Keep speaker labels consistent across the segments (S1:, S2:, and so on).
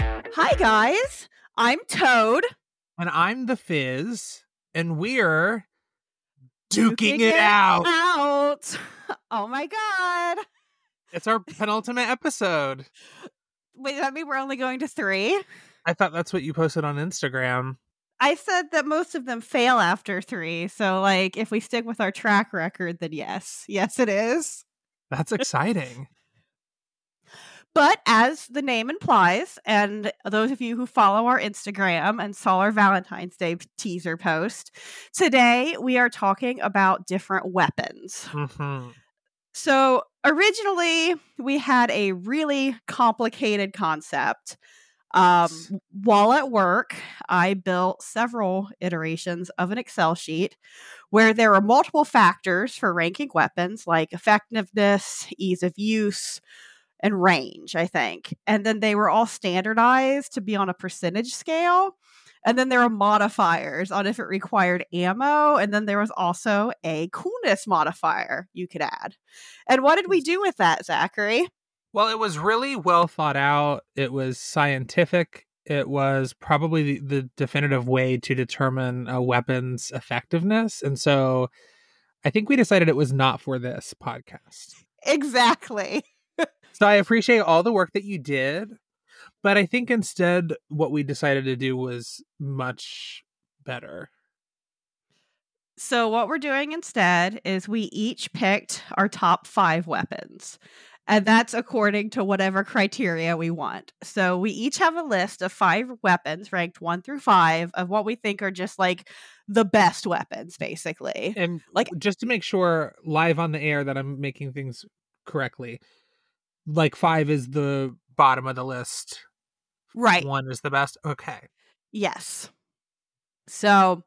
S1: Hi, guys. I'm Toad.
S2: And I'm the Fizz, and we're duking, it, out.
S1: Out. Oh my God.
S2: It's our penultimate episode.
S1: Wait, does that mean we're only going to three?
S2: I thought that's what you posted on Instagram.
S1: I said that most of them fail after three. So, like, if we stick with our track record, then yes. Yes, it is.
S2: That's exciting.
S1: But as the name implies, and those of you who follow our Instagram and saw our Valentine's Day teaser post, today we are talking about different weapons.
S2: Mhm.
S1: So, originally, we had a really complicated concept. Um,
S2: Yes.
S1: while at work, I built several iterations of an Excel sheet where there were multiple factors for ranking weapons like effectiveness, ease of use, and range, I think. And then they were all standardized to be on a percentage scale. And then there were modifiers on if it required ammo. And then there was also a coolness modifier you could add. And what did we do with that, Zachary?
S2: Well, it was really well thought out. It was scientific. It was probably the, the definitive way to determine a weapon's effectiveness. And so I think we decided it was not for this podcast.
S1: Exactly.
S2: So I appreciate all the work that you did, but I think instead what we decided to do was much better.
S1: So, what we're doing instead is we each picked our top five weapons, and that's according to whatever criteria we want. So, we each have a list of five weapons ranked one through five of what we think are just like the best weapons, basically.
S2: And
S1: Like-
S2: like just to make sure live on the air that I'm making things correctly. Like 5 is the bottom of the list.
S1: Right.
S2: 1 is the best. Okay.
S1: Yes. So,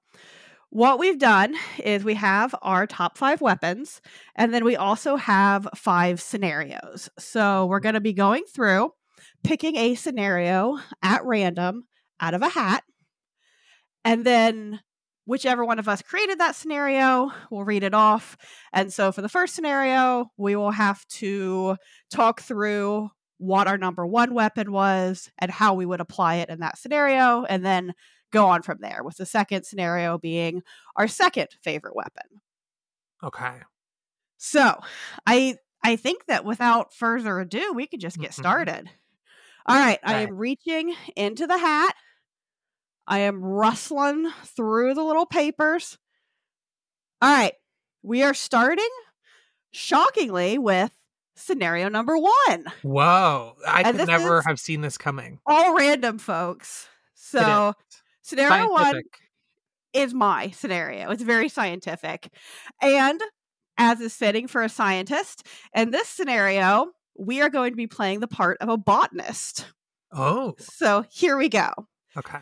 S1: what we've done is we have our top five weapons, and then we also have five scenarios. So, we're going to be going through picking a scenario at random out of a hat, and then whichever one of us created that scenario will read it off. And so, for the first scenario, we will have to talk through what our number one weapon was and how we would apply it in that scenario, and then go on from there, with the second scenario being our second favorite weapon.
S2: Okay.
S1: So I I think that without further ado, we could just get
S2: Mhm.
S1: started. All right, I
S2: Okay.
S1: am reaching into the hat. I am rustling through the little papers. All right, we are starting shockingly with scenario number one.
S2: Whoa. I
S1: And
S2: could
S1: Uh, this
S2: never
S1: is-
S2: have seen this coming.
S1: all random folks.
S2: It is
S1: So scenario one
S2: scientific.
S1: is my scenario. It's very scientific. And as is fitting for a scientist, in this scenario, we are going to be playing the part of a botanist.
S2: Oh,
S1: So here we go.
S2: okay.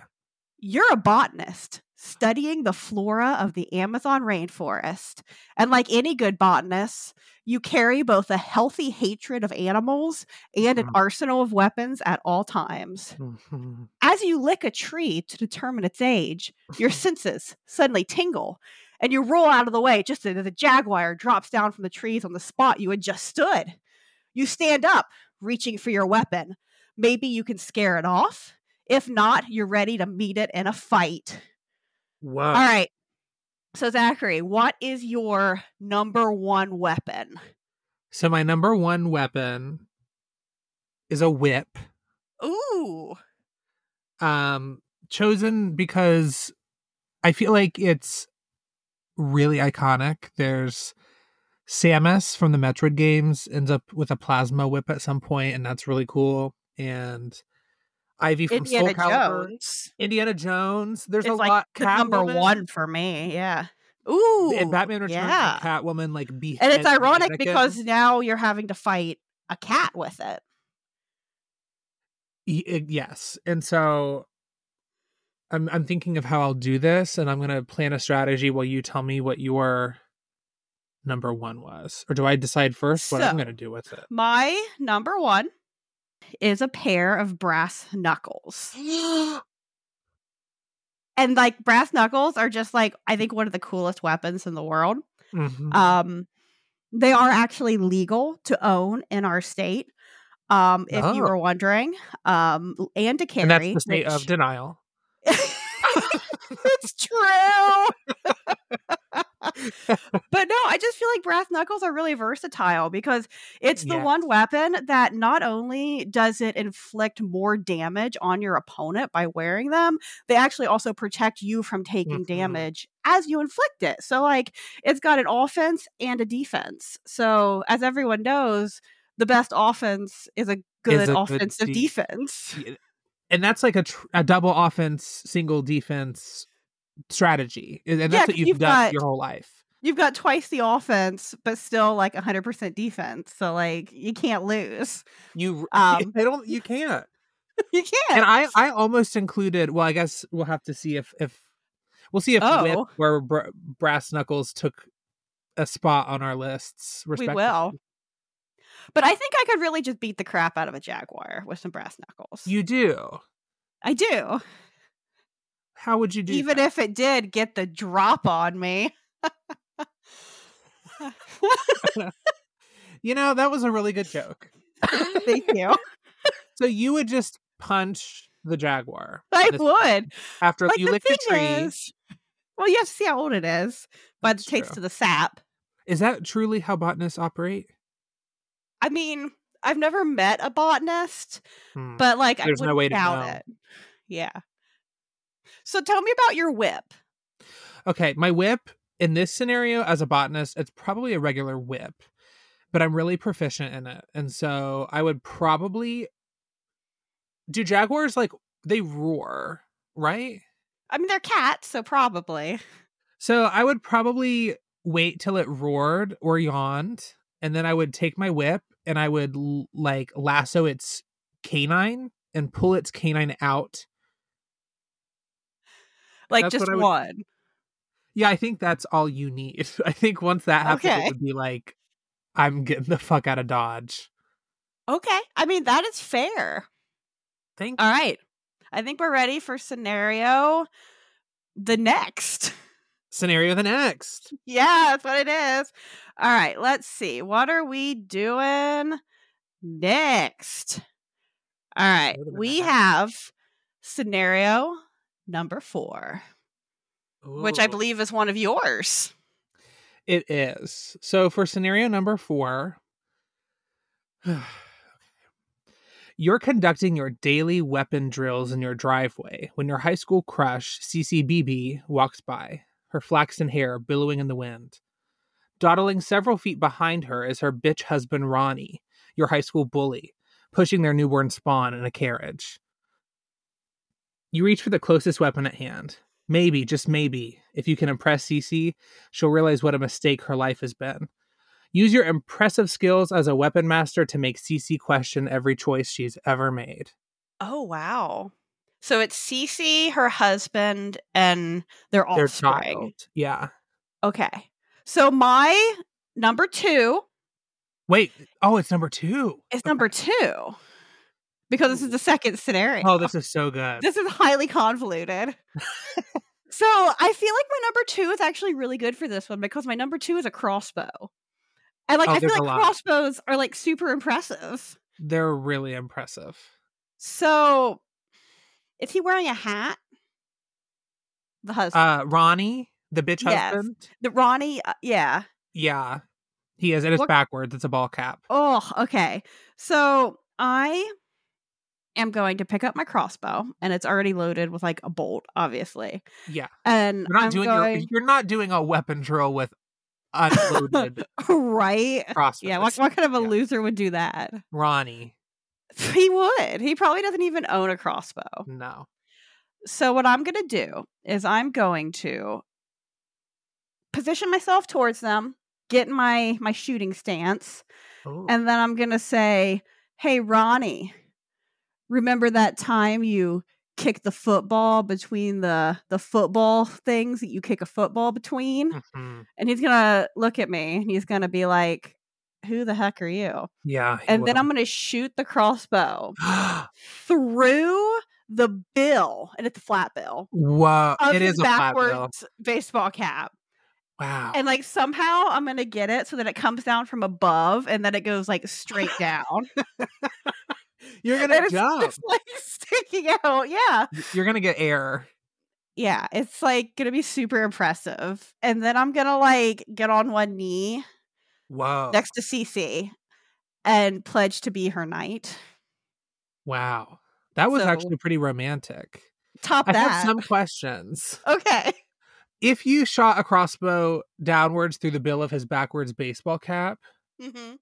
S1: You're a botanist studying the flora of the Amazon rainforest. And like any good botanist, you carry both a healthy hatred of animals and an
S2: Mhm.
S1: arsenal of weapons at all times.
S2: Mhm.
S1: As you lick a tree to determine its age, your senses suddenly tingle and you roll out of the way just as the jaguar drops down from the trees on the spot you had just stood. You stand up, reaching for your weapon. Maybe you can scare it off. If not, you're ready to meet it in a fight.
S2: Whoa.
S1: All right. So, Zachary, what is your number one weapon?
S2: So my number one weapon is a whip.
S1: Ooh.
S2: um chosen because i feel like it's really iconic there's samus from the metroid games ends up with a plasma whip at some point and that's really cool and ivy from
S1: Indiana
S2: soul calibur
S1: Jones.
S2: indiana jones there's a
S1: It's like
S2: lot
S1: the number
S2: Catwoman
S1: one for me. Yeah. Ooh.
S2: and batman returns with
S1: Yeah.
S2: catwoman like be
S1: And it's ironic because now you're having to fight a cat with it.
S2: Y- uh, yes and so i'm i'm thinking of how i'll do this and i'm going to plan a strategy while you tell me what your number 1 was or do i decide first what i'm
S1: So-
S2: going to do with it
S1: My number one is a pair of brass knuckles. And like brass knuckles are just like, I think, one of the coolest weapons in the world.
S2: Mhm.
S1: Mm-hmm. Um, they are actually legal to own in our state. Um, if you
S2: Oh.
S1: were wondering, um, and to carry,
S2: and that's the state of
S1: which-
S2: denial.
S1: it's true. but no, I just feel like brass knuckles are really versatile because it's the
S2: Yes.
S1: one weapon that not only does it inflict more damage on your opponent by wearing them, they actually also protect you from taking
S2: Mhm.
S1: damage as you inflict it. So like it's got an offense and a defense. So as everyone knows, the best offense is a good
S2: a good
S1: offensive
S2: de-
S1: defense.
S2: and that's like a tr- a double offense, single defense strategy, and and
S1: Yeah,
S2: that's what
S1: 'cause
S2: you've,
S1: you've
S2: done
S1: got-
S2: your whole life.
S1: you've got twice the offense, but still like 100% defense. So like you can't lose.
S2: You
S1: Um,
S2: I don't you can't.
S1: You can't.
S2: And I I almost included. Well, I guess we'll have to see if if we'll see if Whip
S1: Oh.
S2: or Br- Brass Knuckles took a spot on our lists.
S1: will.
S2: Respectively.
S1: but I think I could really just beat the crap out of a jaguar with some brass knuckles.
S2: You do.
S1: I do.
S2: How would you do?
S1: Even if it did get the drop on me.
S2: you know that was a really good joke.
S1: Thank you.
S2: So you would just punch the jaguar.
S1: I
S2: in this-
S1: would.
S2: after
S1: Like
S2: you
S1: the
S2: lick
S1: thing
S2: the tree.
S1: is, well, you have to see how old it is, but
S2: That's
S1: it takes
S2: true.
S1: to the sap.
S2: Is that truly how botanists operate?
S1: I mean, I've never met a botanist,
S2: Hmm.
S1: but like
S2: There's
S1: I
S2: no
S1: wouldn't
S2: way to
S1: doubt
S2: know.
S1: it. Yeah. So tell me about your whip.
S2: Okay, my whip in this scenario as a botanist, it's probably a regular whip, but I'm really proficient in it. And so I would probably do jaguars like they roar, right?
S1: I mean, they're cats, so probably.
S2: So I would probably wait till it roared or yawned, and then I would take my whip and I would l- like lasso its canine and pull its canine out.
S1: Like
S2: That's
S1: just
S2: what I would-
S1: one.
S2: Yeah, I think that's all you need. I think once that happens,
S1: Okay.
S2: it would be like, I'm getting the fuck out of Dodge.
S1: Okay. I mean, that is fair.
S2: Thank
S1: All right. I think we're ready for scenario the next.
S2: scenario the next.
S1: yeah, that's what it is. All right. Let's see. What are we doing next? All right.
S2: Scenario the
S1: We
S2: next.
S1: have scenario number four, which I
S2: Ooh.
S1: believe is one of yours.
S2: it is. So for scenario number four, you're conducting your daily weapon drills in your driveway when your high school crush, CCBB, walks by, her flaxen hair billowing in the wind. Dawdling several feet behind her is her bitch husband, Ronnie, your high school bully, pushing their newborn spawn in a carriage. You reach for the closest weapon at hand. Maybe, just maybe, if you can impress CC, she'll realize what a mistake her life has been. Use your impressive skills as a weapon master to make CC question every choice she's ever made.
S1: Oh, wow. So it's Cece, her husband, and their
S2: Their
S1: offspring.
S2: child. Yeah.
S1: Okay. So my number two
S2: Wait. Oh, it's number two.
S1: is number two because this is the second scenario.
S2: Oh, this is so good.
S1: this is highly convoluted. so I feel like my number two is actually really good for this one because my number two is a crossbow. And like
S2: Oh,
S1: I feel
S2: there's
S1: like
S2: a lot.
S1: crossbows are like super impressive.
S2: They're really impressive.
S1: So is he wearing a hat? The husband,
S2: Uh Ronnie, the bitch
S1: Yes.
S2: husband.
S1: the Ronnie, uh, yeah.
S2: Yeah. He is. It is
S1: What-
S2: backwards. It's a ball cap.
S1: Oh, okay. So I am going to pick up my crossbow, and it's already loaded with like a bolt, obviously.
S2: Yeah.
S1: And
S2: You're not
S1: I'm
S2: doing your,
S1: going
S2: you're not doing a weapon drill with unloaded
S1: right.
S2: crossbows.
S1: Yeah, what, what kind of a
S2: Yeah.
S1: loser would do that?
S2: Ronnie.
S1: He would. He probably doesn't even own a crossbow.
S2: No.
S1: So what I'm going to do is I'm going to position myself towards them, get in my my shooting stance,
S2: Ooh.
S1: And then I'm going to say, hey, Ronnie, remember that time you kicked the football between the, the football things that you kick a football between?
S2: Mhm.
S1: And he's going to look at me and he's going to be like, who the heck are you?
S2: Yeah. he
S1: And then
S2: will.
S1: I'm going to shoot the crossbow through the bill. And it's a flat bill.
S2: Whoa,
S1: Of
S2: it
S1: his
S2: is a flat
S1: backwards
S2: bill.
S1: baseball cap.
S2: Wow.
S1: And like somehow I'm gonna get it so that it comes down from above and then it goes like straight down.
S2: You're
S1: And
S2: gonna
S1: it's
S2: jump.
S1: just like sticking out. Yeah.
S2: You're gonna get air.
S1: Yeah. It's like gonna be super impressive. And then I'm gonna like get on one knee
S2: Whoa!
S1: next to Cece and pledge to be her knight.
S2: wow, that was
S1: So-
S2: actually pretty romantic.
S1: Top
S2: I
S1: that.
S2: have some questions.
S1: okay.
S2: If you shot a crossbow downwards through the bill of his backwards baseball cap,
S1: hmm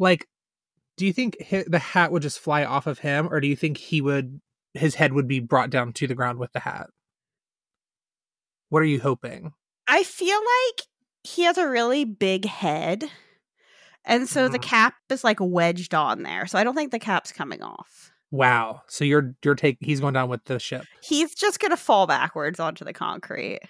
S2: like, do you think hi- the hat would just fly off of him, or do you think he would his head would be brought down to the ground with the hat? What are you hoping?
S1: I feel like he has a really big head. And so the
S2: Mhm.
S1: cap is like wedged on there. So I don't think the cap's coming off.
S2: Wow. So you're you're take he's going down with the ship.
S1: He's just going to fall backwards onto the concrete.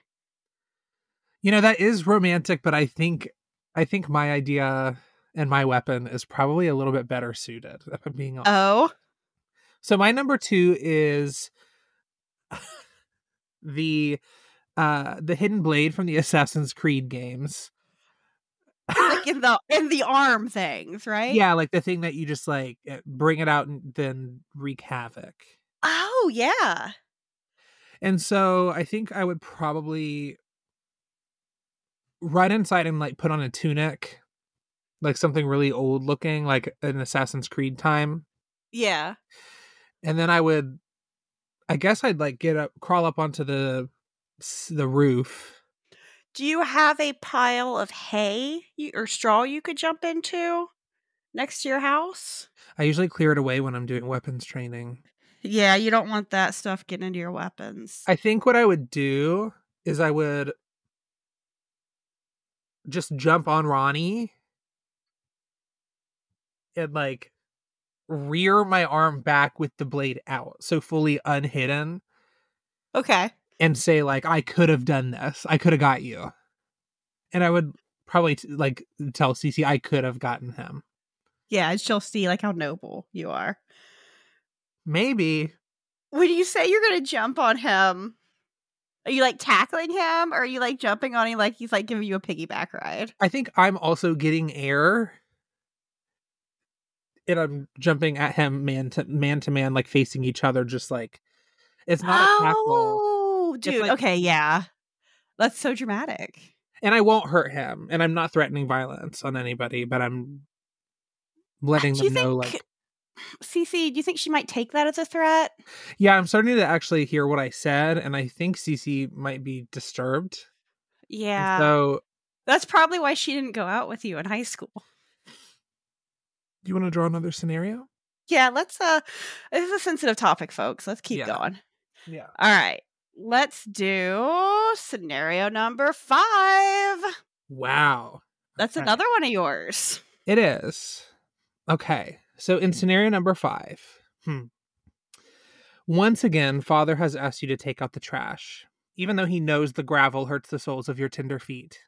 S2: You know that is romantic, but I think I think my idea and my weapon is probably a little bit better suited. If I'm being honest.
S1: Oh,
S2: so my number two is the uh the hidden blade from the Assassin's Creed games.
S1: like in the in the arm things, right?
S2: Yeah, like the thing that you just like uh, bring it out and then wreak havoc.
S1: Oh, yeah.
S2: And so I think I would probably run inside and like put on a tunic, like something really old looking, like an Assassin's Creed time.
S1: Yeah.
S2: And then I would, I guess I'd like get up, crawl up onto the s- the roof.
S1: Do you have a pile of hay you, or straw you could jump into next to your house?
S2: I usually clear it away when I'm doing weapons training.
S1: Yeah, you don't want that stuff getting into your weapons.
S2: I think what I would do is I would just jump on Ronnie and like rear my arm back with the blade out, so fully unhidden,
S1: okay.
S2: and say like I could have done this. I could have got you. And I would probably t- like tell Cece I could have gotten him.
S1: Yeah, and she'll see like how noble you are.
S2: Maybe
S1: when you say you're gonna jump on him, are you like tackling him, or are you like jumping on him like he's like giving you a piggyback ride?
S2: I think I'm also getting air. And I'm jumping at him man to man to man, like facing each other, just like it's not a tackle.
S1: Oh, dude.
S2: like-
S1: okay, yeah, that's so dramatic.
S2: And I won't hurt him. And I'm not threatening violence on anybody, but I'm letting
S1: Uh, Do you
S2: them know
S1: think-
S2: like
S1: Cece, do you think she might take that as a threat?
S2: Yeah, I'm starting to actually hear what I said, and I think Cece might be disturbed. And
S1: Yeah,
S2: So
S1: that's probably why she didn't go out with you in high school.
S2: do you want to draw another scenario?
S1: Yeah, let's. uh This is a sensitive topic, folks. Let's keep
S2: Yeah.
S1: going.
S2: Yeah.
S1: All right, let's do scenario number five.
S2: Wow.
S1: That's
S2: Okay.
S1: another one of yours.
S2: It is. Okay. So in scenario number five, hmm. once again, father has asked you to take out the trash, even though he knows the gravel hurts the soles of your tender feet.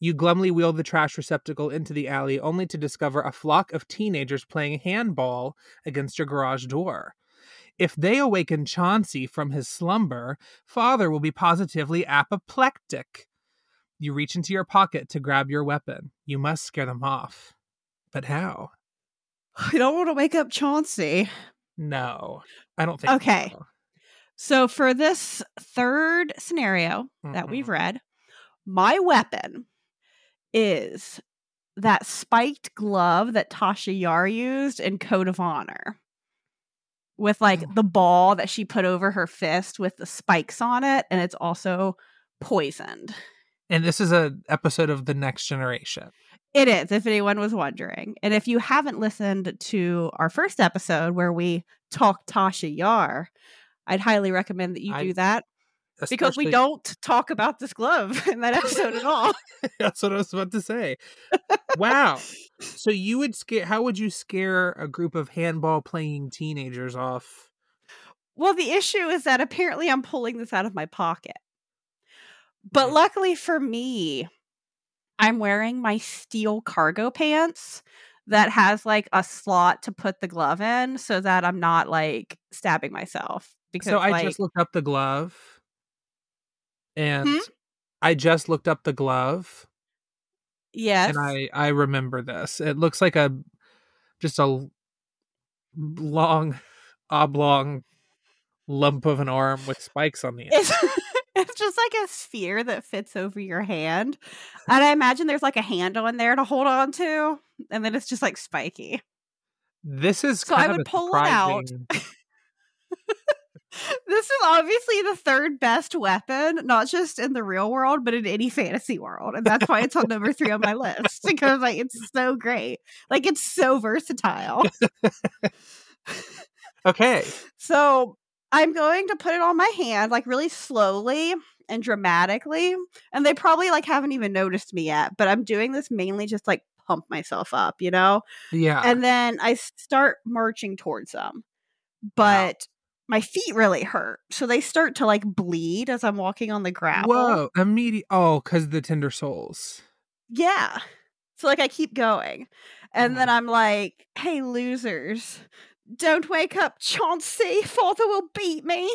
S2: You glumly wheel the trash receptacle into the alley only to discover a flock of teenagers playing handball against your garage door. If they awaken Chauncey from his slumber, father will be positively apoplectic. You reach into your pocket to grab your weapon. You must scare them off. But how?
S1: I don't want to wake up Chauncey.
S2: No, I don't think.
S1: Okay.
S2: so.
S1: So, for this third scenario that we've
S2: Mm-mm.
S1: read, my weapon is that spiked glove that Tasha Yar used in Code of Honor with like
S2: Mm.
S1: the ball that she put over her fist with the spikes on it. And it's also poisoned.
S2: And this is a episode of the Next Generation.
S1: It is, if anyone was wondering. And if you haven't listened to our first episode where we talk Tasha Yar, I'd highly recommend that you
S2: I-
S1: do that because we
S2: Especially-
S1: don't talk about this glove in that episode at all.
S2: That's what I was about to say. wow. So you would scare? How would you scare a group of handball playing teenagers off?
S1: Well, the issue is that apparently I'm pulling this out of my pocket. But
S2: Mhm.
S1: luckily for me, I'm wearing my steel cargo pants that has like a slot to put the glove in so that I'm not like stabbing myself. Because
S2: So I
S1: like, Hmm?
S2: just looked up the glove, and I just looked up the glove,
S1: yes.
S2: and I I remember this. It looks like a just a long, oblong lump of an arm with spikes on the end.
S1: It's, it's just like a sphere that fits over your hand. And I imagine there's like a handle in there to hold on to. And then it's just like spiky.
S2: This is
S1: So I
S2: kind of
S1: would
S2: a
S1: pull it out.
S2: surprising-
S1: This is obviously the third best weapon, not just in the real world, but in any fantasy world. And that's why it's on number three on my list because, like, it's so great. Like, it's so versatile.
S2: Okay.
S1: So I'm going to put it on my hand, like really slowly and dramatically. And they probably like haven't even noticed me yet, but I'm doing this mainly just like pump myself up, you know?
S2: Yeah.
S1: And then I start marching towards them. But my feet really hurt. So they start to like bleed as I'm walking on the gravel.
S2: Whoa. Immediate. Oh, because the tender souls.
S1: Yeah. So like I keep going. And then
S2: Mhm.
S1: I'm like, hey losers, don't wake up, Chauncey. Father will beat me.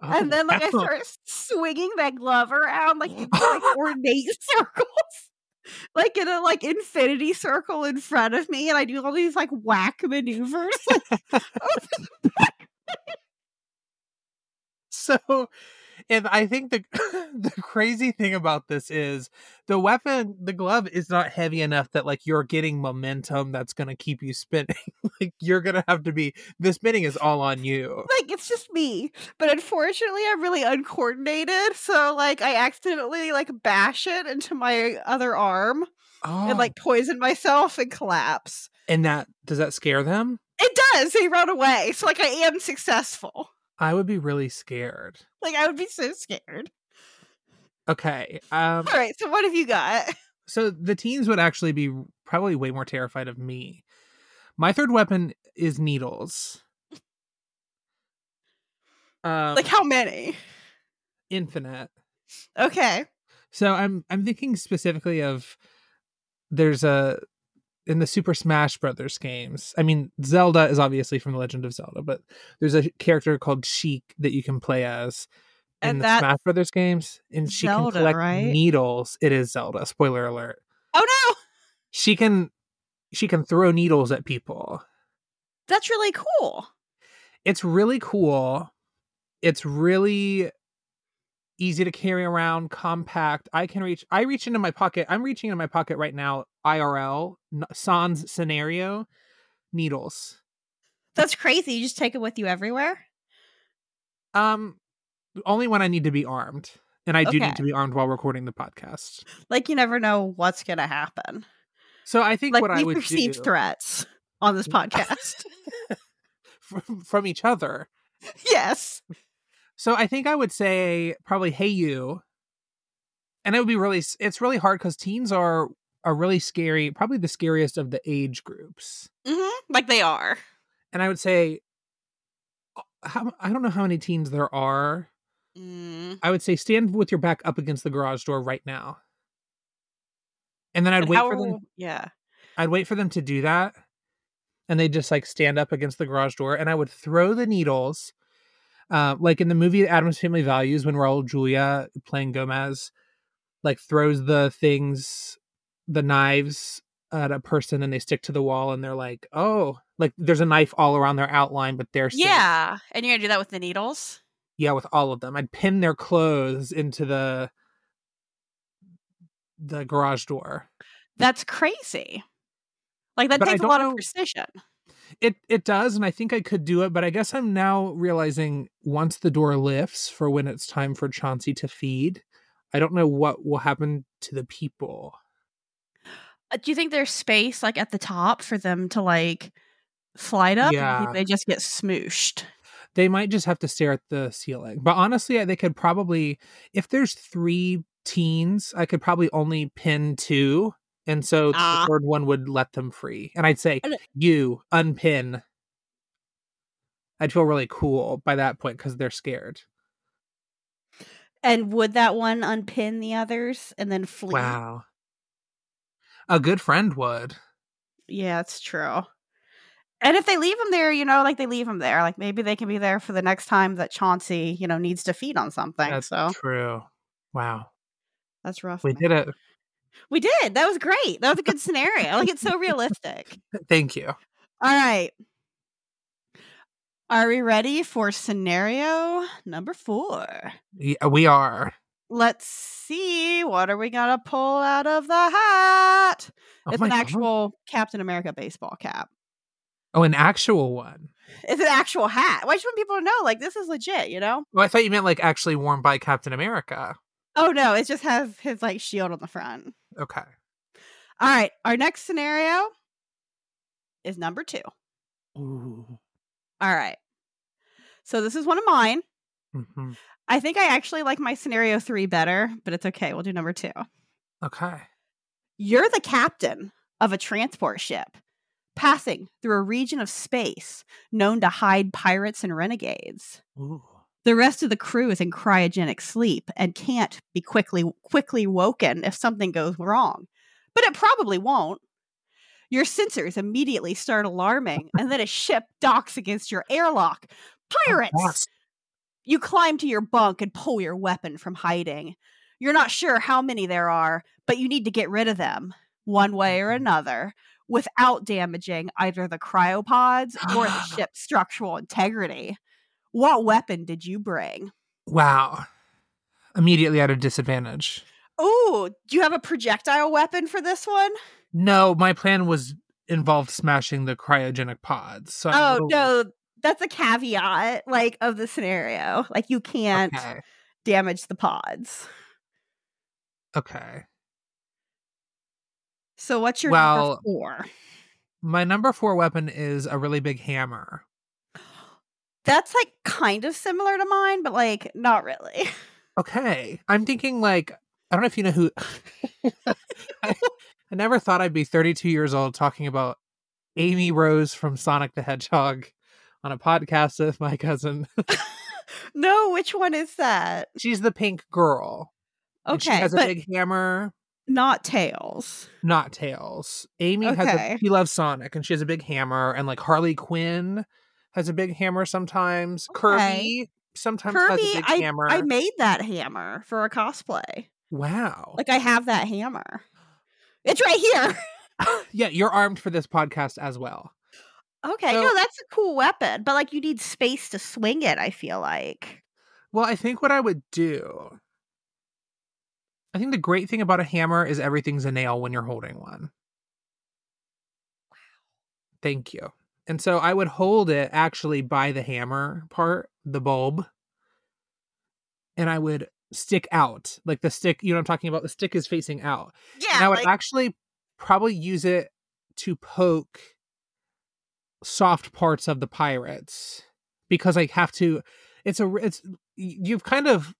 S2: Oh,
S1: and then like I
S2: wow.
S1: start swinging that glove around like in like ornate circles, like in a like infinity circle in front of me, and I do all these like whack maneuvers. Like,
S2: So, and I think the the crazy thing about this is the weapon, the glove, is not heavy enough that like you're getting momentum that's going to keep you spinning. like you're going to have to be. The spinning is all on you.
S1: like it's just me, but unfortunately, I'm really uncoordinated, so like I accidentally like bash it into my other arm
S2: Oh,
S1: and like poison myself and collapse.
S2: and that does that scare them?
S1: It does. They run away, so like I am successful.
S2: I would be really scared.
S1: Like I would be so scared.
S2: Okay. Um.
S1: All right, so what have you got?
S2: So the teens would actually be probably way more terrified of me. My third weapon is needles. Um,
S1: Like how many?
S2: infinite.
S1: Okay.
S2: So I'm I'm thinking specifically of there's a in the Super Smash Brothers games. I mean, Zelda is obviously from The Legend of Zelda, but there's a character called Sheik that you can play as in
S1: And
S2: the
S1: that-
S2: Smash Brothers games, and she
S1: Zelda,
S2: can collect
S1: right?
S2: needles. It is Zelda. Spoiler alert.
S1: Oh no,
S2: She can she can throw needles at people.
S1: that's really cool.
S2: It's really cool. It's really easy to carry around, compact. I can reach. I reach into my pocket. I'm reaching into my pocket right now. IRL n- sans scenario needles.
S1: That's crazy. You just take it with you everywhere.
S2: Um, only when I need to be armed, and I do
S1: Okay.
S2: need to be armed while recording the podcast.
S1: Like you never know what's gonna happen.
S2: So I think
S1: Like
S2: what I
S1: we
S2: would do
S1: perceive threats on this podcast.
S2: from, from each other.
S1: yes.
S2: So I think I would say probably hey you. And it would be really s- it's really hard cuz teens are are really scary, probably the scariest of the age groups.
S1: Mm-hmm. Like they are.
S2: And I would say uh, how, I don't know how many teens there are.
S1: Mm.
S2: I would say stand with your back up against the garage door right now. And then I'd
S1: And
S2: wait
S1: how
S2: for them
S1: will- Yeah.
S2: I'd wait for them to do that. And they just like stand up against the garage door and I would throw the needles. Uh, like in the movie Adam's Family Values, when Raul Julia playing Gomez, like throws the things, the knives at a person and they stick to the wall and they're like, oh, like there's a knife all around their outline, but they're still-
S1: Yeah. And you're gonna do that with the needles.
S2: yeah, with all of them. I'd pin their clothes into the the garage door.
S1: That's crazy. Like that
S2: But I
S1: takes a
S2: don't
S1: lot
S2: know-
S1: of precision.
S2: It it does, and I think I could do it, but I guess I'm now realizing once the door lifts for when it's time for Chauncey to feed, I don't know what will happen to the people.
S1: Uh, Do you think there's space like at the top for them to like slide up? Or do you think
S2: Yeah.
S1: They just get smooshed.
S2: They might just have to stare at the ceiling. But honestly, I- they could probably if there's three teens, I could probably only pin two. And so
S1: Ah.
S2: the third one would let them free. And I'd say,
S1: And-
S2: you unpin. I'd feel really cool by that point because they're scared.
S1: And would that one unpin the others and then flee?
S2: Wow. A good friend would.
S1: Yeah, it's true. And if they leave them there, you know, like they leave them there, like maybe they can be there for the next time that Chauncey, you know, needs to feed on something.
S2: That's
S1: so
S2: true. Wow.
S1: that's rough.
S2: We
S1: man.
S2: did it.
S1: We did. That was great. That was a good scenario. Like it's so realistic.
S2: Thank you.
S1: All right. Are we ready for scenario number four?
S2: Yeah, uh, we are.
S1: Let's see. What are we gonna pull out of the hat?
S2: Oh
S1: it's
S2: my
S1: an
S2: God.
S1: actual Captain America baseball cap.
S2: Oh, an actual one.
S1: It's an actual hat. Why just want people to know? Like this is legit, you know?
S2: Well, Oh, I thought you meant like actually worn by Captain America.
S1: Oh no, it just has his like shield on the front.
S2: Okay.
S1: All right, our next scenario is number two.
S2: Ooh.
S1: All right. So this is one of mine.
S2: Mhm.
S1: I think I actually like my scenario three better, but it's okay. We'll do number two.
S2: Okay.
S1: You're the captain of a transport ship passing through a region of space known to hide pirates and renegades.
S2: Ooh.
S1: The rest of the crew is in cryogenic sleep and can't be quickly quickly woken if something goes wrong. But it probably won't. Your sensors immediately start alarming, and then a ship docks against your airlock. Pirates!
S2: Yes.
S1: You climb to your bunk and pull your weapon from hiding. You're not sure how many there are, but you need to get rid of them one way or another without damaging either the cryopods or the ship's structural integrity. What weapon did you bring?
S2: Wow. Immediately at a disadvantage.
S1: Ooh, do you have a projectile weapon for this one?
S2: No, my plan was involved smashing the cryogenic pods. So I'm a
S1: Oh,
S2: little-
S1: no, that's a caveat like of the scenario. Like you can't
S2: Okay.
S1: damage the pods.
S2: Okay.
S1: So what's your
S2: Well-
S1: number 4?
S2: My number four weapon is a really big hammer.
S1: That's like kind of similar to mine, but like not really.
S2: Okay. I'm thinking like I don't know if you know who I, I never thought I'd be 32 years old talking about Amy Rose from Sonic the Hedgehog on a podcast with my cousin.
S1: No, which one is that?
S2: She's the pink girl. and she
S1: Okay,
S2: has a
S1: but
S2: big hammer,
S1: not tails.
S2: not tails. Amy has a
S1: Okay.
S2: she loves Sonic and she has a big hammer and like Harley Quinn has a big hammer sometimes.
S1: Okay.
S2: Kirby sometimes has a
S1: Kirby,
S2: big
S1: I,
S2: hammer.
S1: I made that hammer for a cosplay.
S2: wow.
S1: Like I have that hammer. It's right here.
S2: yeah, you're armed for this podcast as well.
S1: Okay,
S2: So-
S1: no, that's a cool weapon, but like you need space to swing it. I feel like.
S2: Well, I think what I would do. I think the great thing about a hammer is everything's a nail when you're holding one. Thank you. And so I would hold it actually by the hammer part, the bulb, and I would stick out. Like the stick, you know what I'm talking about? The stick is facing out. And
S1: Yeah,
S2: I would
S1: like
S2: actually probably use it to poke soft parts of the pirates because I have to. It's a. It's you've kind of.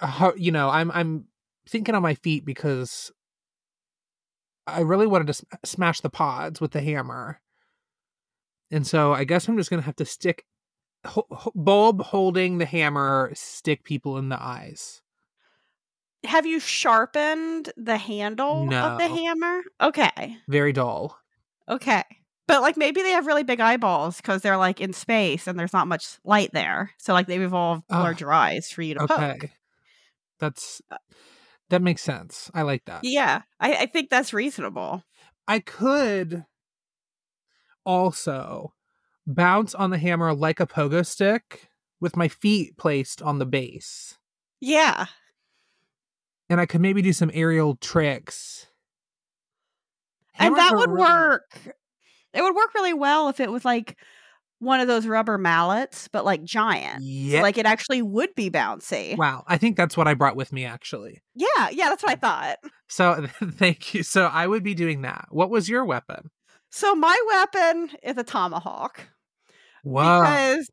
S2: uh, You know, I'm I'm thinking on my feet because I really wanted to sm- smash the pods with the hammer, and so I guess I'm just gonna have to stick ho- ho- bulb holding the hammer, stick people in the eyes.
S1: have you sharpened the handle of the
S2: No.
S1: hammer? Okay,
S2: Very dull.
S1: okay, but like maybe they have really big eyeballs because they're like in space and there's not much light there, so like they've evolved
S2: Ah,
S1: larger eyes for you to
S2: Okay.
S1: poke.
S2: That's
S1: Uh
S2: that makes sense. I like that.
S1: Yeah, I, I think that's reasonable.
S2: I could also bounce on the hammer like a pogo stick with my feet placed on the base.
S1: Yeah,
S2: And I could maybe do some aerial tricks.
S1: and
S2: Hammers
S1: that
S2: are
S1: would
S2: really-
S1: work. It would work really well if it was like one of those rubber mallets, but like giant. So,
S2: Yeah.
S1: Like it actually would be bouncy.
S2: wow. I think that's what I brought with me actually.
S1: Yeah, yeah, that's what I thought.
S2: So thank you. So I would be doing that. What was your weapon?
S1: So my weapon is a tomahawk
S2: Wow.
S1: because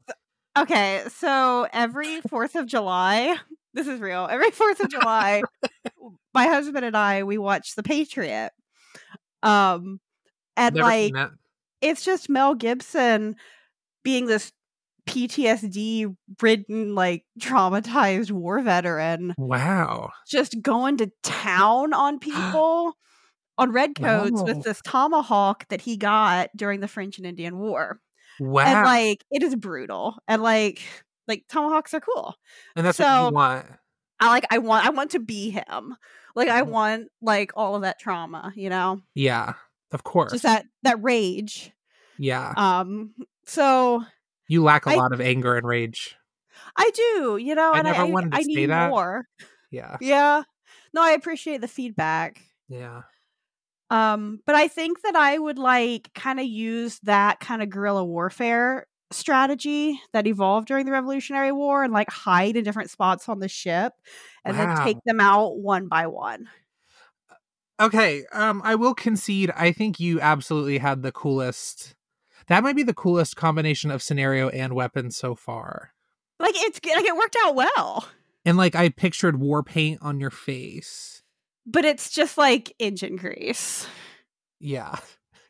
S1: okay, so every 4th of July, this is real. Every 4th of July, my husband and I we watch The Patriot. Um and
S2: Never
S1: like
S2: seen that.
S1: it's just Mel Gibson being this PTSD ridden, like traumatized war veteran,
S2: Wow.
S1: just going to town on people, on redcoats
S2: Wow.
S1: with this tomahawk that he got during the French and Indian War.
S2: Wow.
S1: And like it is brutal. And like like tomahawks are cool.
S2: And that's what
S1: So-
S2: you want.
S1: I like I want I want to be him. Like I
S2: Mhm.
S1: want like all of that trauma, you know? uh,
S2: Yeah, of course.
S1: Just that that rage.
S2: yeah.
S1: Um, so
S2: You lack a
S1: I-
S2: lot of anger and rage.
S1: I do, you know,
S2: I
S1: and
S2: never
S1: I,
S2: wanted to
S1: I
S2: say
S1: need
S2: that.
S1: more.
S2: Yeah.
S1: Yeah. No, I appreciate the feedback.
S2: Yeah.
S1: Um, but I think that I would like kind of use that kind of guerrilla warfare strategy that evolved during the Revolutionary War and like hide in different spots on the ship and then take
S2: Wow.
S1: them out one by one.
S2: Okay. Um, I will concede. I think you absolutely had the coolest. That might be the coolest combination of scenario and weapon so far.
S1: Like it's g- like it worked out well,
S2: And like I pictured war paint on your face.
S1: but it's just like engine grease.
S2: Yeah.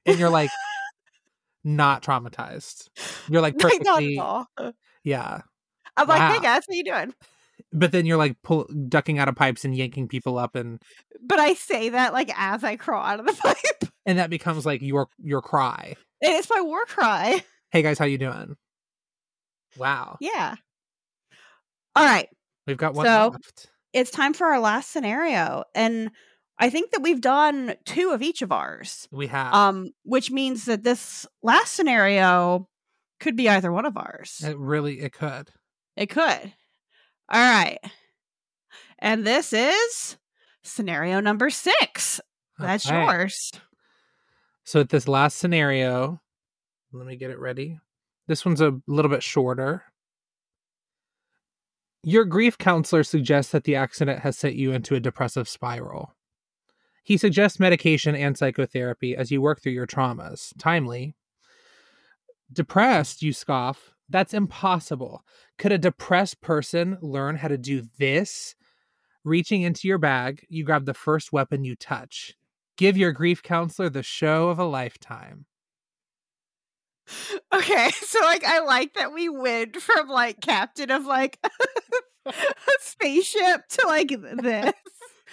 S2: And you're like not traumatized. You're like
S1: Like not
S2: perfectly.
S1: at all.
S2: Yeah.
S1: I'm like, hey
S2: Wow.
S1: guys, what are you doing?
S2: But then you're like pull, ducking out of pipes and yanking people up and
S1: But I say that like as I crawl out of the pipe.
S2: and that becomes like your your cry.
S1: And it's my war cry.
S2: Hey guys, how you doing? Wow.
S1: Yeah. All right.
S2: We've got one
S1: So-
S2: left.
S1: it's time for our last scenario and i think that we've done two of each of ours
S2: We have
S1: um which means that this last scenario could be either one of ours
S2: it really it could.
S1: it could all right and this is scenario number six that's
S2: Okay.
S1: yours
S2: So at this last scenario, let me get it ready. This one's a little bit shorter. Your grief counselor suggests that the accident has sent you into a depressive spiral. He suggests medication and psychotherapy as you work through your traumas. Timely. Depressed, you scoff. That's impossible. Could a depressed person learn how to do this? Reaching into your bag, you grab the first weapon you touch. Give your grief counselor the show of a lifetime.
S1: okay so like i like that we went from like captain of like a spaceship to like this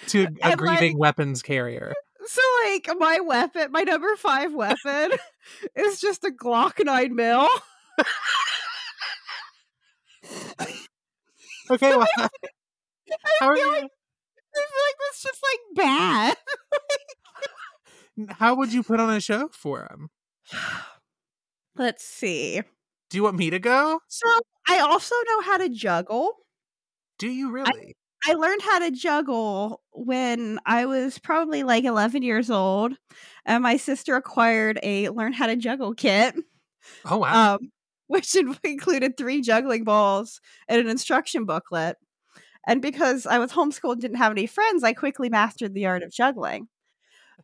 S2: To a
S1: And,
S2: grieving
S1: like-
S2: weapons carrier.
S1: So like my weapon, my number five weapon is just a Glock nine mil.
S2: Okay, well, how are
S1: feel
S2: you?
S1: I feel like that's just like bad.
S2: How would you put on a show for him?
S1: Let's see.
S2: Do you want me to go?
S1: So I also know how to juggle.
S2: Do you really?
S1: I learned how to juggle when I was probably like 11 years old, and my sister acquired a learn how to juggle kit.
S2: oh wow!
S1: um, which in- included three juggling balls and an instruction booklet. And because I was homeschooled and didn't have any friends, I quickly mastered the art of juggling.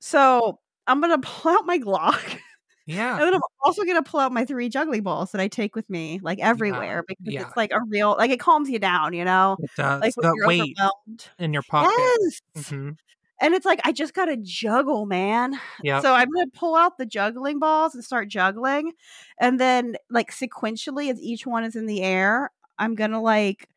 S1: So I'm going to pull out my Glock.
S2: yeah,
S1: And then I'm also going to pull out my three juggling balls that I take with me, like everywhere, because
S2: yeah.
S1: it's like a real, like it calms you down, you know?
S2: it does.
S1: Like when
S2: that
S1: you're
S2: weight
S1: overwhelmed.
S2: in your pocket.
S1: Yes.
S2: Mhm.
S1: And it's like, I just got to juggle, man.
S2: Yep.
S1: So I'm gonna pull out the juggling balls and start juggling, and then like sequentially, as each one is in the air, I'm gonna like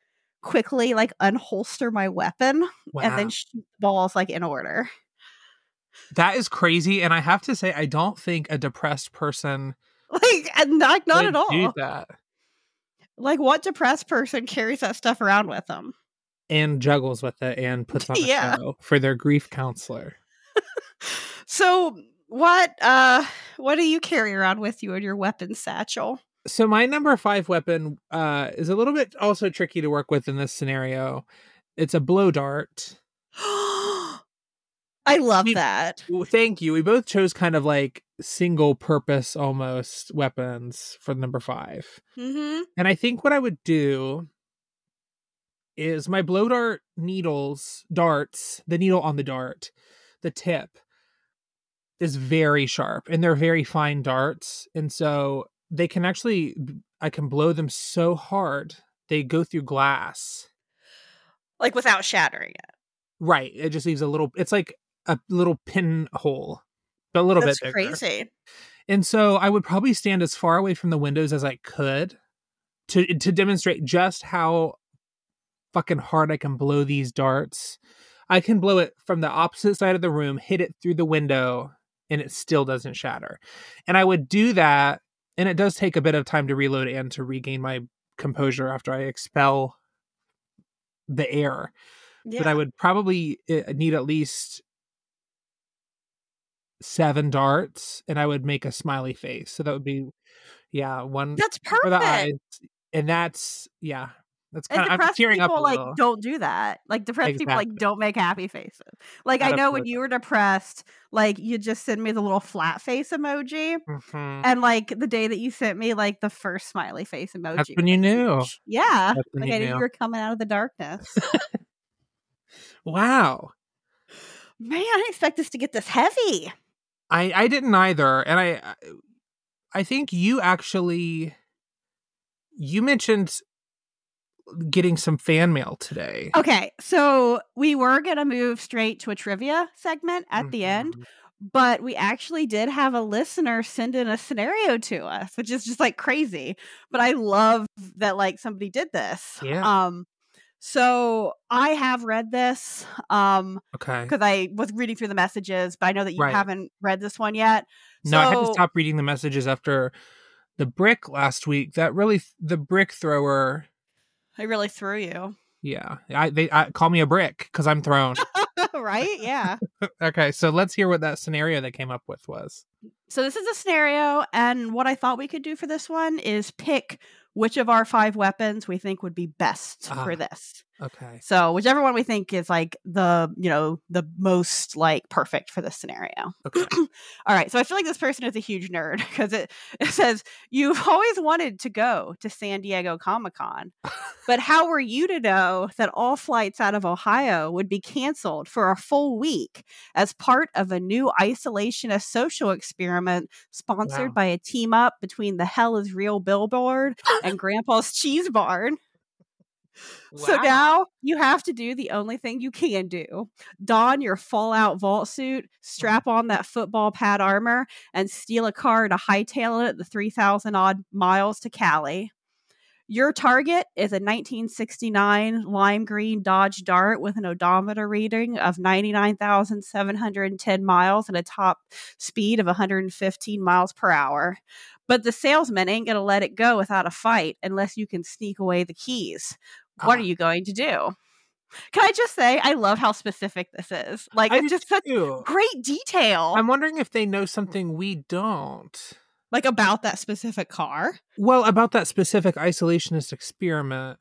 S1: quickly like unholster my weapon and then
S2: Wow.
S1: shoot the balls like in order.
S2: that is crazy. And I have to say, I don't think a depressed person
S1: Like and not not at
S2: would do
S1: all.
S2: that
S1: Like what depressed person carries that stuff around with them?
S2: and juggles with it and puts on a
S1: Yeah.
S2: show for their grief counselor.
S1: So what uh what do you carry around with you in your weapon satchel?
S2: so my number five weapon uh is a little bit also tricky to work with in this scenario it's a blow dart
S1: I love
S2: We-
S1: that.
S2: Well, thank you we both chose kind of like single purpose almost weapons for number five
S1: Mm-hmm.
S2: and i think what i would do is my blow dart needles darts the needle on the dart the tip is very sharp and they're very fine darts and so they can actually i can blow them so hard they go through glass
S1: Like without shattering it.
S2: right it just leaves a little it's like a little pinhole but a little
S1: That's
S2: bit bigger.
S1: crazy.
S2: and so i would probably stand as far away from the windows as i could to to demonstrate just how fucking hard i can blow these darts i can blow it from the opposite side of the room hit it through the window and it still doesn't shatter and i would do that and it does take a bit of time to reload and to regain my composure after i expel the air
S1: Yeah.
S2: eh, but I would probably uh, need at least seven darts and I would make a smiley face. So that would be, yeah, one
S1: That's
S2: for the
S1: perfect.
S2: eyes. And that's, yeah, that's
S1: And
S2: kind of, I'm
S1: depressed
S2: tearing
S1: people
S2: up a
S1: like
S2: little.
S1: don't do that. Like depressed people like
S2: Exactly.
S1: don't make happy faces. Like I
S2: Not a
S1: know when
S2: good-
S1: you were depressed, like you just send me the little flat face emoji,
S2: Mhm.
S1: and like the day that you sent me like the first smiley face emoji.
S2: That's when you knew.
S1: Yeah,
S2: That's when
S1: like
S2: you
S1: I knew you
S2: knew.
S1: were coming out of the darkness.
S2: Wow.
S1: Man, I didn't expect this to get this heavy.
S2: I I didn't either, and I I think you actually you mentioned uh, getting some fan mail today
S1: Okay, so we were gonna move straight to a trivia segment at the end,
S2: Mhm.
S1: but we actually did have a listener send in a scenario to us, which is just like crazy. But I love that like somebody did this.
S2: Yeah.
S1: Um so I have read this um
S2: Okay,
S1: because I was reading through the messages, but I know that you
S2: Right.
S1: haven't read this one yet.
S2: no, I had to
S1: so-
S2: stop reading the messages after the brick last week. That really the brick thrower.
S1: I really threw you.
S2: Yeah, I they I, call me a brick because I'm thrown.
S1: right? Yeah.
S2: okay, so let's hear what that scenario they came up with was.
S1: So this is a scenario, and what I thought we could do for this one is pick which of our five weapons we think would be best for
S2: Ah.
S1: this.
S2: Okay,
S1: So whichever one we think is like the you know the most like perfect for this scenario.
S2: okay,
S1: All right, so I feel like this person is a huge nerd because it, it says you've always wanted to go to San Diego Comic Con, but how were you to know that all flights out of Ohio would be canceled for a full week as part of a new isolationist social experiment sponsored
S2: Wow.
S1: by a team up between the Hell Is Real Billboard and Grandpa's Cheese Barn? So
S2: Wow.
S1: now you have to do the only thing you can do don your Fallout vault suit, strap on that football pad armor, and steal a car to hightail it at the 3,000 odd miles to Cali. Your target is a 1969 lime green Dodge Dart with an odometer reading of 99,710 miles and a top speed of 115 miles per hour. But the salesman ain't going to let it go without a fight unless you can sneak away the keys what
S2: Ah,
S1: are you going to do? Can I just say I love how specific this is? Like
S2: I
S1: it's
S2: do
S1: just such
S2: too.
S1: great detail
S2: I'm wondering if they know something we don't.
S1: like about that specific car.
S2: Well, about that specific isolationist experiment.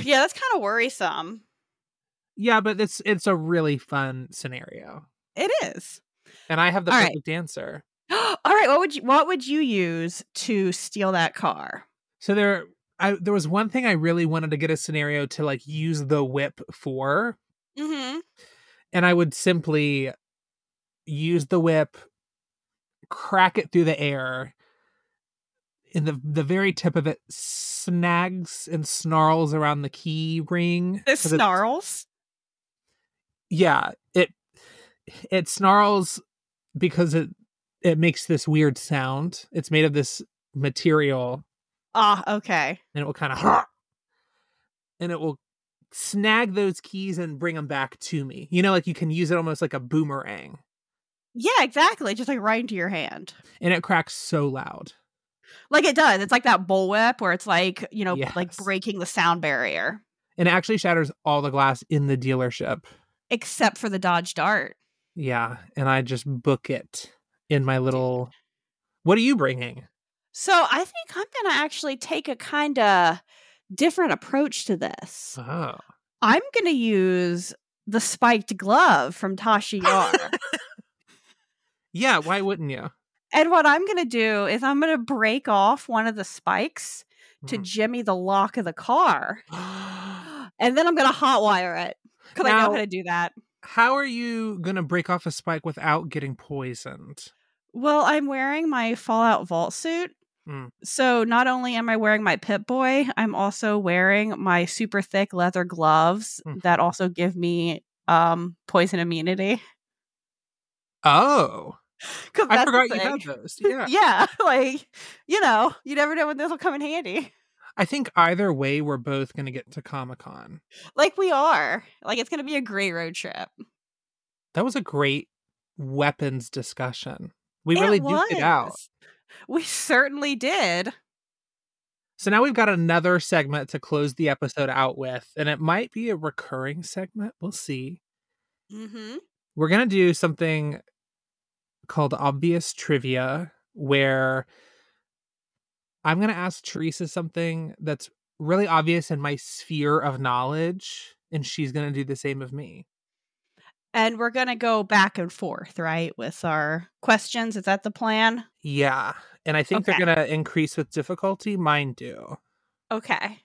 S1: yeah, that's kind of worrisome.
S2: Yeah, but it's it's a really fun scenario.
S1: It is.
S2: And I have the
S1: All right.
S2: perfect answer.
S1: All right, what would you what would you use to steal that car?
S2: So there I there was one thing I really wanted to get a scenario to like use the whip for,
S1: Mhm.
S2: and I would simply use the whip, crack it through the air, and the the very tip of it snags and snarls around the key ring.
S1: It
S2: 'cause it's-
S1: snarls.
S2: yeah it it snarls because it it makes this weird sound it's made of this material
S1: Ah, okay.
S2: and it will kind of and it will snag those keys and bring them back to me you know like you can use it almost like a boomerang
S1: Yeah, exactly. Just like right into your hand.
S2: and it cracks so loud
S1: Like it does. It's like that bullwhip where it's like, you know, like
S2: Yes.
S1: breaking the sound barrier.
S2: and it actually shatters all the glass in the dealership
S1: Except for the Dodge Dart.
S2: yeah and i just book it in my little what are you bringing
S1: So I think I'm going to actually take a kind of different approach to this.
S2: oh
S1: I'm going to use the spiked glove from Tashi Yar.
S2: yeah why wouldn't you
S1: and what I'm going to do is I'm going to break off one of the spikes to
S2: Mm.
S1: jimmy the lock of the car. And then I'm going to hotwire it because I know
S2: Now-
S1: how to do that.
S2: how are you gonna break off a spike without getting poisoned?
S1: Well, I'm wearing my Fallout Vault suit.
S2: Mm.
S1: So not only am I wearing my Pip Boy, I'm also wearing my super thick leather gloves
S2: Mhm.
S1: that also give me um poison immunity.
S2: Oh,
S1: 'Cause
S2: I
S1: that's the
S2: forgot you
S1: thing.
S2: had those. Yeah,
S1: Yeah, like you know, you never know when this will come in handy.
S2: I think either way, we're both gonna get to Comic Con.
S1: Like we are. Like it's gonna be a great road trip.
S2: That was a great weapons discussion. We really duked it out.
S1: was. We certainly did.
S2: So now we've got another segment to close the episode out with, and it might be a recurring segment. We'll see.
S1: Mm-hmm.
S2: We're gonna do something called Obvious Trivia, where I'm going to ask Teresa something that's really obvious in my sphere of knowledge, and she's going to do the same of me.
S1: And we're going to go back and forth, right, with our questions. Is that the plan?
S2: Yeah. And I think
S1: Okay.
S2: they're going to increase with difficulty. Mine do.
S1: Okay.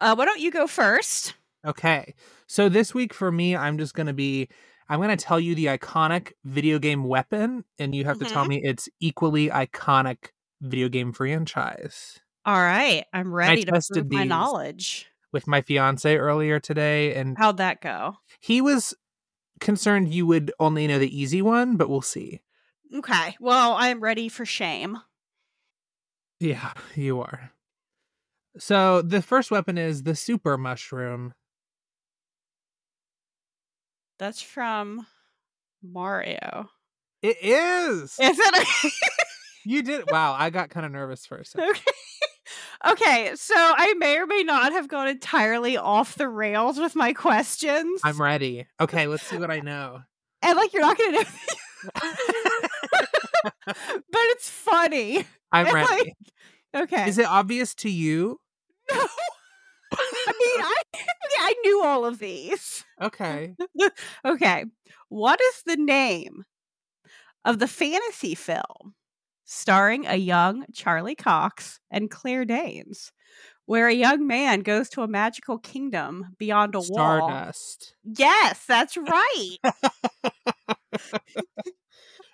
S1: Uh, why don't you go first?
S2: Okay. So this week for me, I'm just going to be I'm going to tell you the iconic video game weapon and you have to tell me it's equally iconic video game franchise.
S1: All right. I'm ready to
S2: tested
S1: prove my
S2: these.
S1: knowledge.
S2: With my fiance earlier today and
S1: How'd that go?
S2: he was concerned you would only know the easy one, but we'll see.
S1: Okay. Well, I'm ready for shame.
S2: Yeah, you are. So the first weapon is the super mushroom.
S1: That's from Mario.
S2: It is.
S1: Is it?
S2: You did. Wow, I got kind of nervous for a second.
S1: okay. Okay, so I may or may not have gone entirely off the rails with my questions.
S2: I'm ready. Okay, let's see what I know.
S1: and like you're not gonna know but it's funny.
S2: I'm
S1: It's
S2: ready.
S1: like- Okay.
S2: Is it obvious to you?
S1: No. I mean, I, I knew all of these.
S2: Okay.
S1: Okay. What is the name of the fantasy film starring a young Charlie Cox and Claire Danes, where a young man goes to a magical kingdom beyond a wall?
S2: Stardust.
S1: Yes, that's right.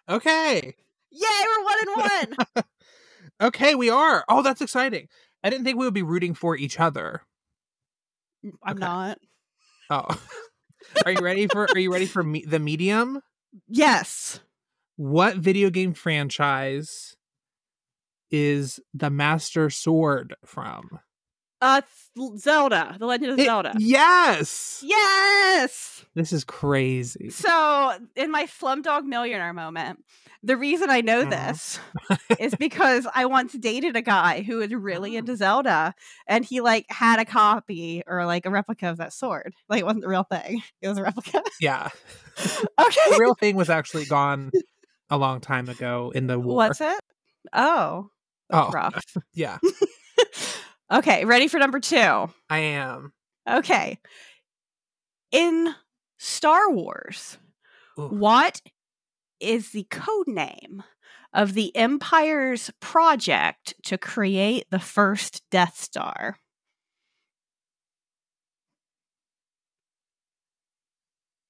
S2: Okay.
S1: Yay, we're one and one.
S2: Okay, we are. Oh, that's exciting. I didn't think we would be rooting for each other.
S1: I'm
S2: Okay.
S1: not.
S2: Oh. are you ready for are you ready for me- the medium?
S1: Yes.
S2: What video game franchise is the Master Sword from?
S1: Uh th- Zelda, The Legend of
S2: It-
S1: Zelda.
S2: Yes.
S1: Yes.
S2: This is crazy.
S1: So, in my Slumdog Millionaire moment, the reason I know
S2: Mhm.
S1: this is because I once dated a guy who was
S2: Mm.
S1: really into Zelda, and he like had a copy or like a replica of that sword. Like it wasn't the real thing; it was a replica.
S2: Yeah.
S1: okay,
S2: The real thing was actually gone a long time ago in the war.
S1: what's it? Oh,
S2: oh,
S1: rough.
S2: yeah.
S1: okay, ready for number two.
S2: I am.
S1: Okay, in Star Wars,
S2: Ooh.
S1: what is the code name of the Empire's project to create the first Death Star?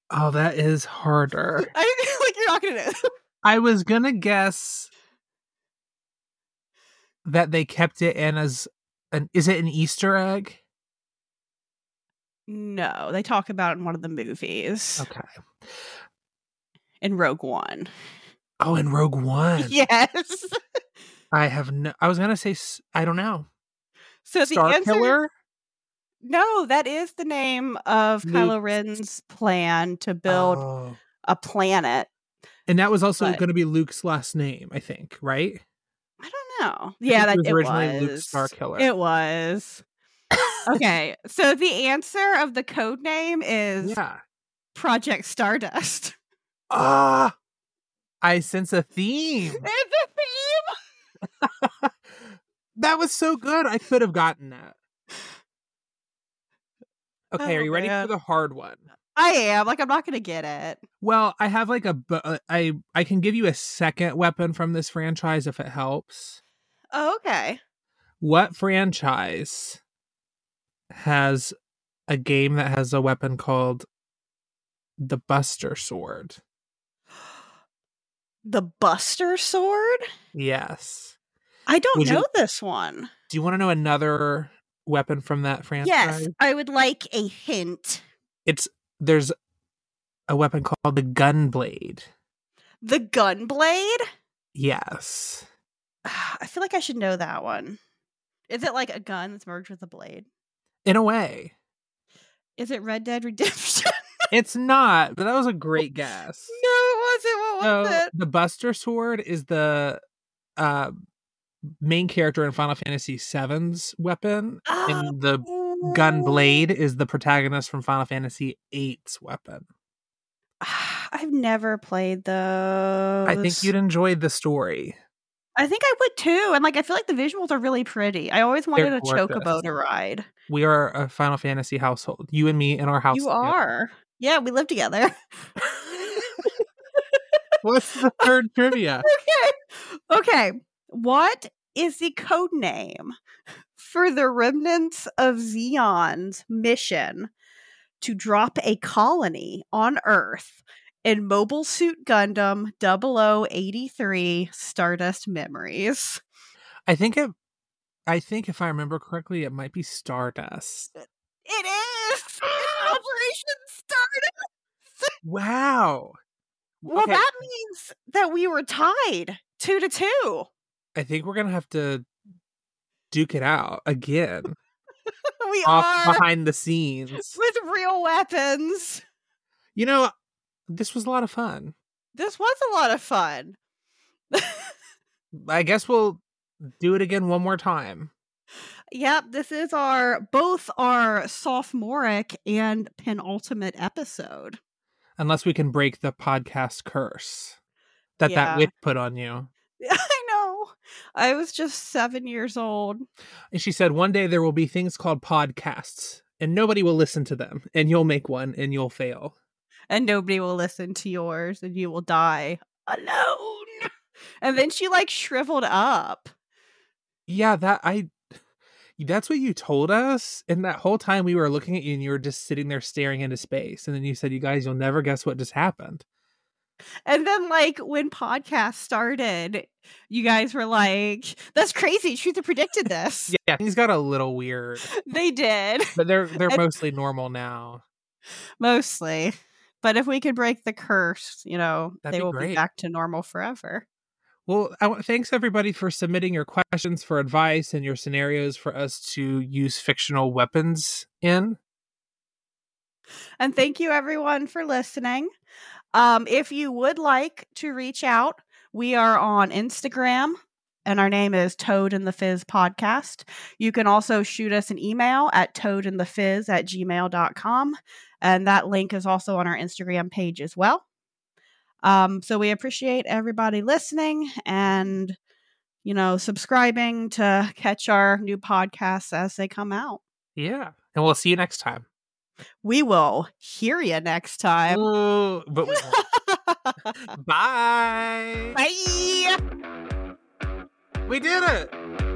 S2: Oh, that is harder.
S1: I like you're not gonna know.
S2: I was gonna guess that they kept it in as an is it an Easter egg?
S1: No, they talk about it in one of the movies
S2: Okay.
S1: in Rogue One.
S2: Oh, in Rogue One.
S1: Yes.
S2: I have no. I was gonna say s- I don't know.
S1: So
S2: Star
S1: the answer,
S2: Killer.
S1: no, that is the name of Kylo
S2: Luke's-
S1: Ren's plan to build
S2: Oh.
S1: a planet.
S2: And that was also
S1: But-
S2: going to be Luke's last name, I think. Right?
S1: I don't know. Yeah, that
S2: it
S1: it
S2: was
S1: was
S2: originally Luke Starkiller.
S1: It was. okay, so the answer of the code name is
S2: Yeah.
S1: Project Stardust.
S2: Ah. I sense a theme.
S1: it's a theme.
S2: that was so good. I could have gotten that. Okay,
S1: Oh,
S2: are you ready
S1: man.
S2: for the hard one?
S1: I am like I'm not gonna get it.
S2: Well, I have like a bu- uh, I I can give you a second weapon from this franchise if it helps.
S1: Oh, okay.
S2: What franchise has a game that has a weapon called the Buster Sword?
S1: The Buster Sword.
S2: Yes.
S1: I don't
S2: Would you-
S1: know this one.
S2: Do you want to know another weapon from that franchise?
S1: Yes, I would like a hint.
S2: There's a weapon called the Gunblade.
S1: The Gunblade?
S2: Yes.
S1: I feel like I should know that one. Is it like a gun that's merged with a blade?
S2: In a way,
S1: Is it Red Dead Redemption?
S2: it's not, but that was a great guess.
S1: no, it wasn't. What was
S2: so
S1: it?
S2: the Buster Sword is the uh, main character in Final Fantasy VII's weapon,
S1: Ah,
S2: and the gun blade is the protagonist from Final Fantasy VIII's weapon.
S1: Ah, I've never played those.
S2: I think you'd enjoy the story.
S1: I think I would too. And like I feel like the visuals are really pretty. I always wanted
S2: They're
S1: a chocobo
S2: gorgeous.
S1: to ride.
S2: We are a Final Fantasy household. You and me in our house.
S1: you
S2: together.
S1: are. Yeah, we live together.
S2: What's the third trivia?
S1: okay. Okay. What is the code name for the remnants of Xeon's mission to drop a colony on Earth in Mobile Suit Gundam 0083 Stardust Memories?
S2: I think it. I think if I remember correctly, it might be Stardust.
S1: It is It's Operation Stardust.
S2: Wow.
S1: Well,
S2: Okay,
S1: that means that we were tied two to two.
S2: I think we're gonna have to duke it out again,
S1: We
S2: off
S1: are
S2: behind the scenes.
S1: with real weapons.
S2: You know, this was a lot of fun.
S1: This was a lot of fun.
S2: I guess we'll do it again one more time.
S1: Yep, this is our both our sophomoric and penultimate episode.
S2: unless we can break the podcast curse that
S1: Yeah.
S2: that witch put on you.
S1: I know. I was just seven years old.
S2: And she said, one day there will be things called podcasts, and nobody will listen to them, and you'll make one, and you'll fail.
S1: and nobody will listen to yours and you will die alone and then she like shriveled up
S2: Yeah, that I. That's what you told us, and that whole time we were looking at you, and you were just sitting there staring into space. And then you said, "You guys, you'll never guess what just happened."
S1: and then like when podcast started you guys were like that's crazy she'd have predicted this
S2: Yeah, things got a little weird,
S1: they did
S2: but they're they're
S1: And-
S2: mostly normal now.
S1: mostly but if we could break the curse you know
S2: That'd
S1: they
S2: be
S1: will be
S2: great.
S1: back to normal forever
S2: Well, I want, thanks everybody for submitting your questions for advice and your scenarios for us to use fictional weapons in.
S1: And thank you everyone for listening. Um, if you would like to reach out, we are on Instagram and our name is Toad and the Fizz Podcast. You can also shoot us an email at toadandthefizz at gmail.com. And that link is also on our Instagram page as well. Um, so we appreciate everybody listening and, you know, subscribing to catch our new podcasts as they come out.
S2: Yeah. And we'll see you next time.
S1: We will hear you next time.
S2: Ooh, but we won't. Bye.
S1: Bye.
S2: We did it.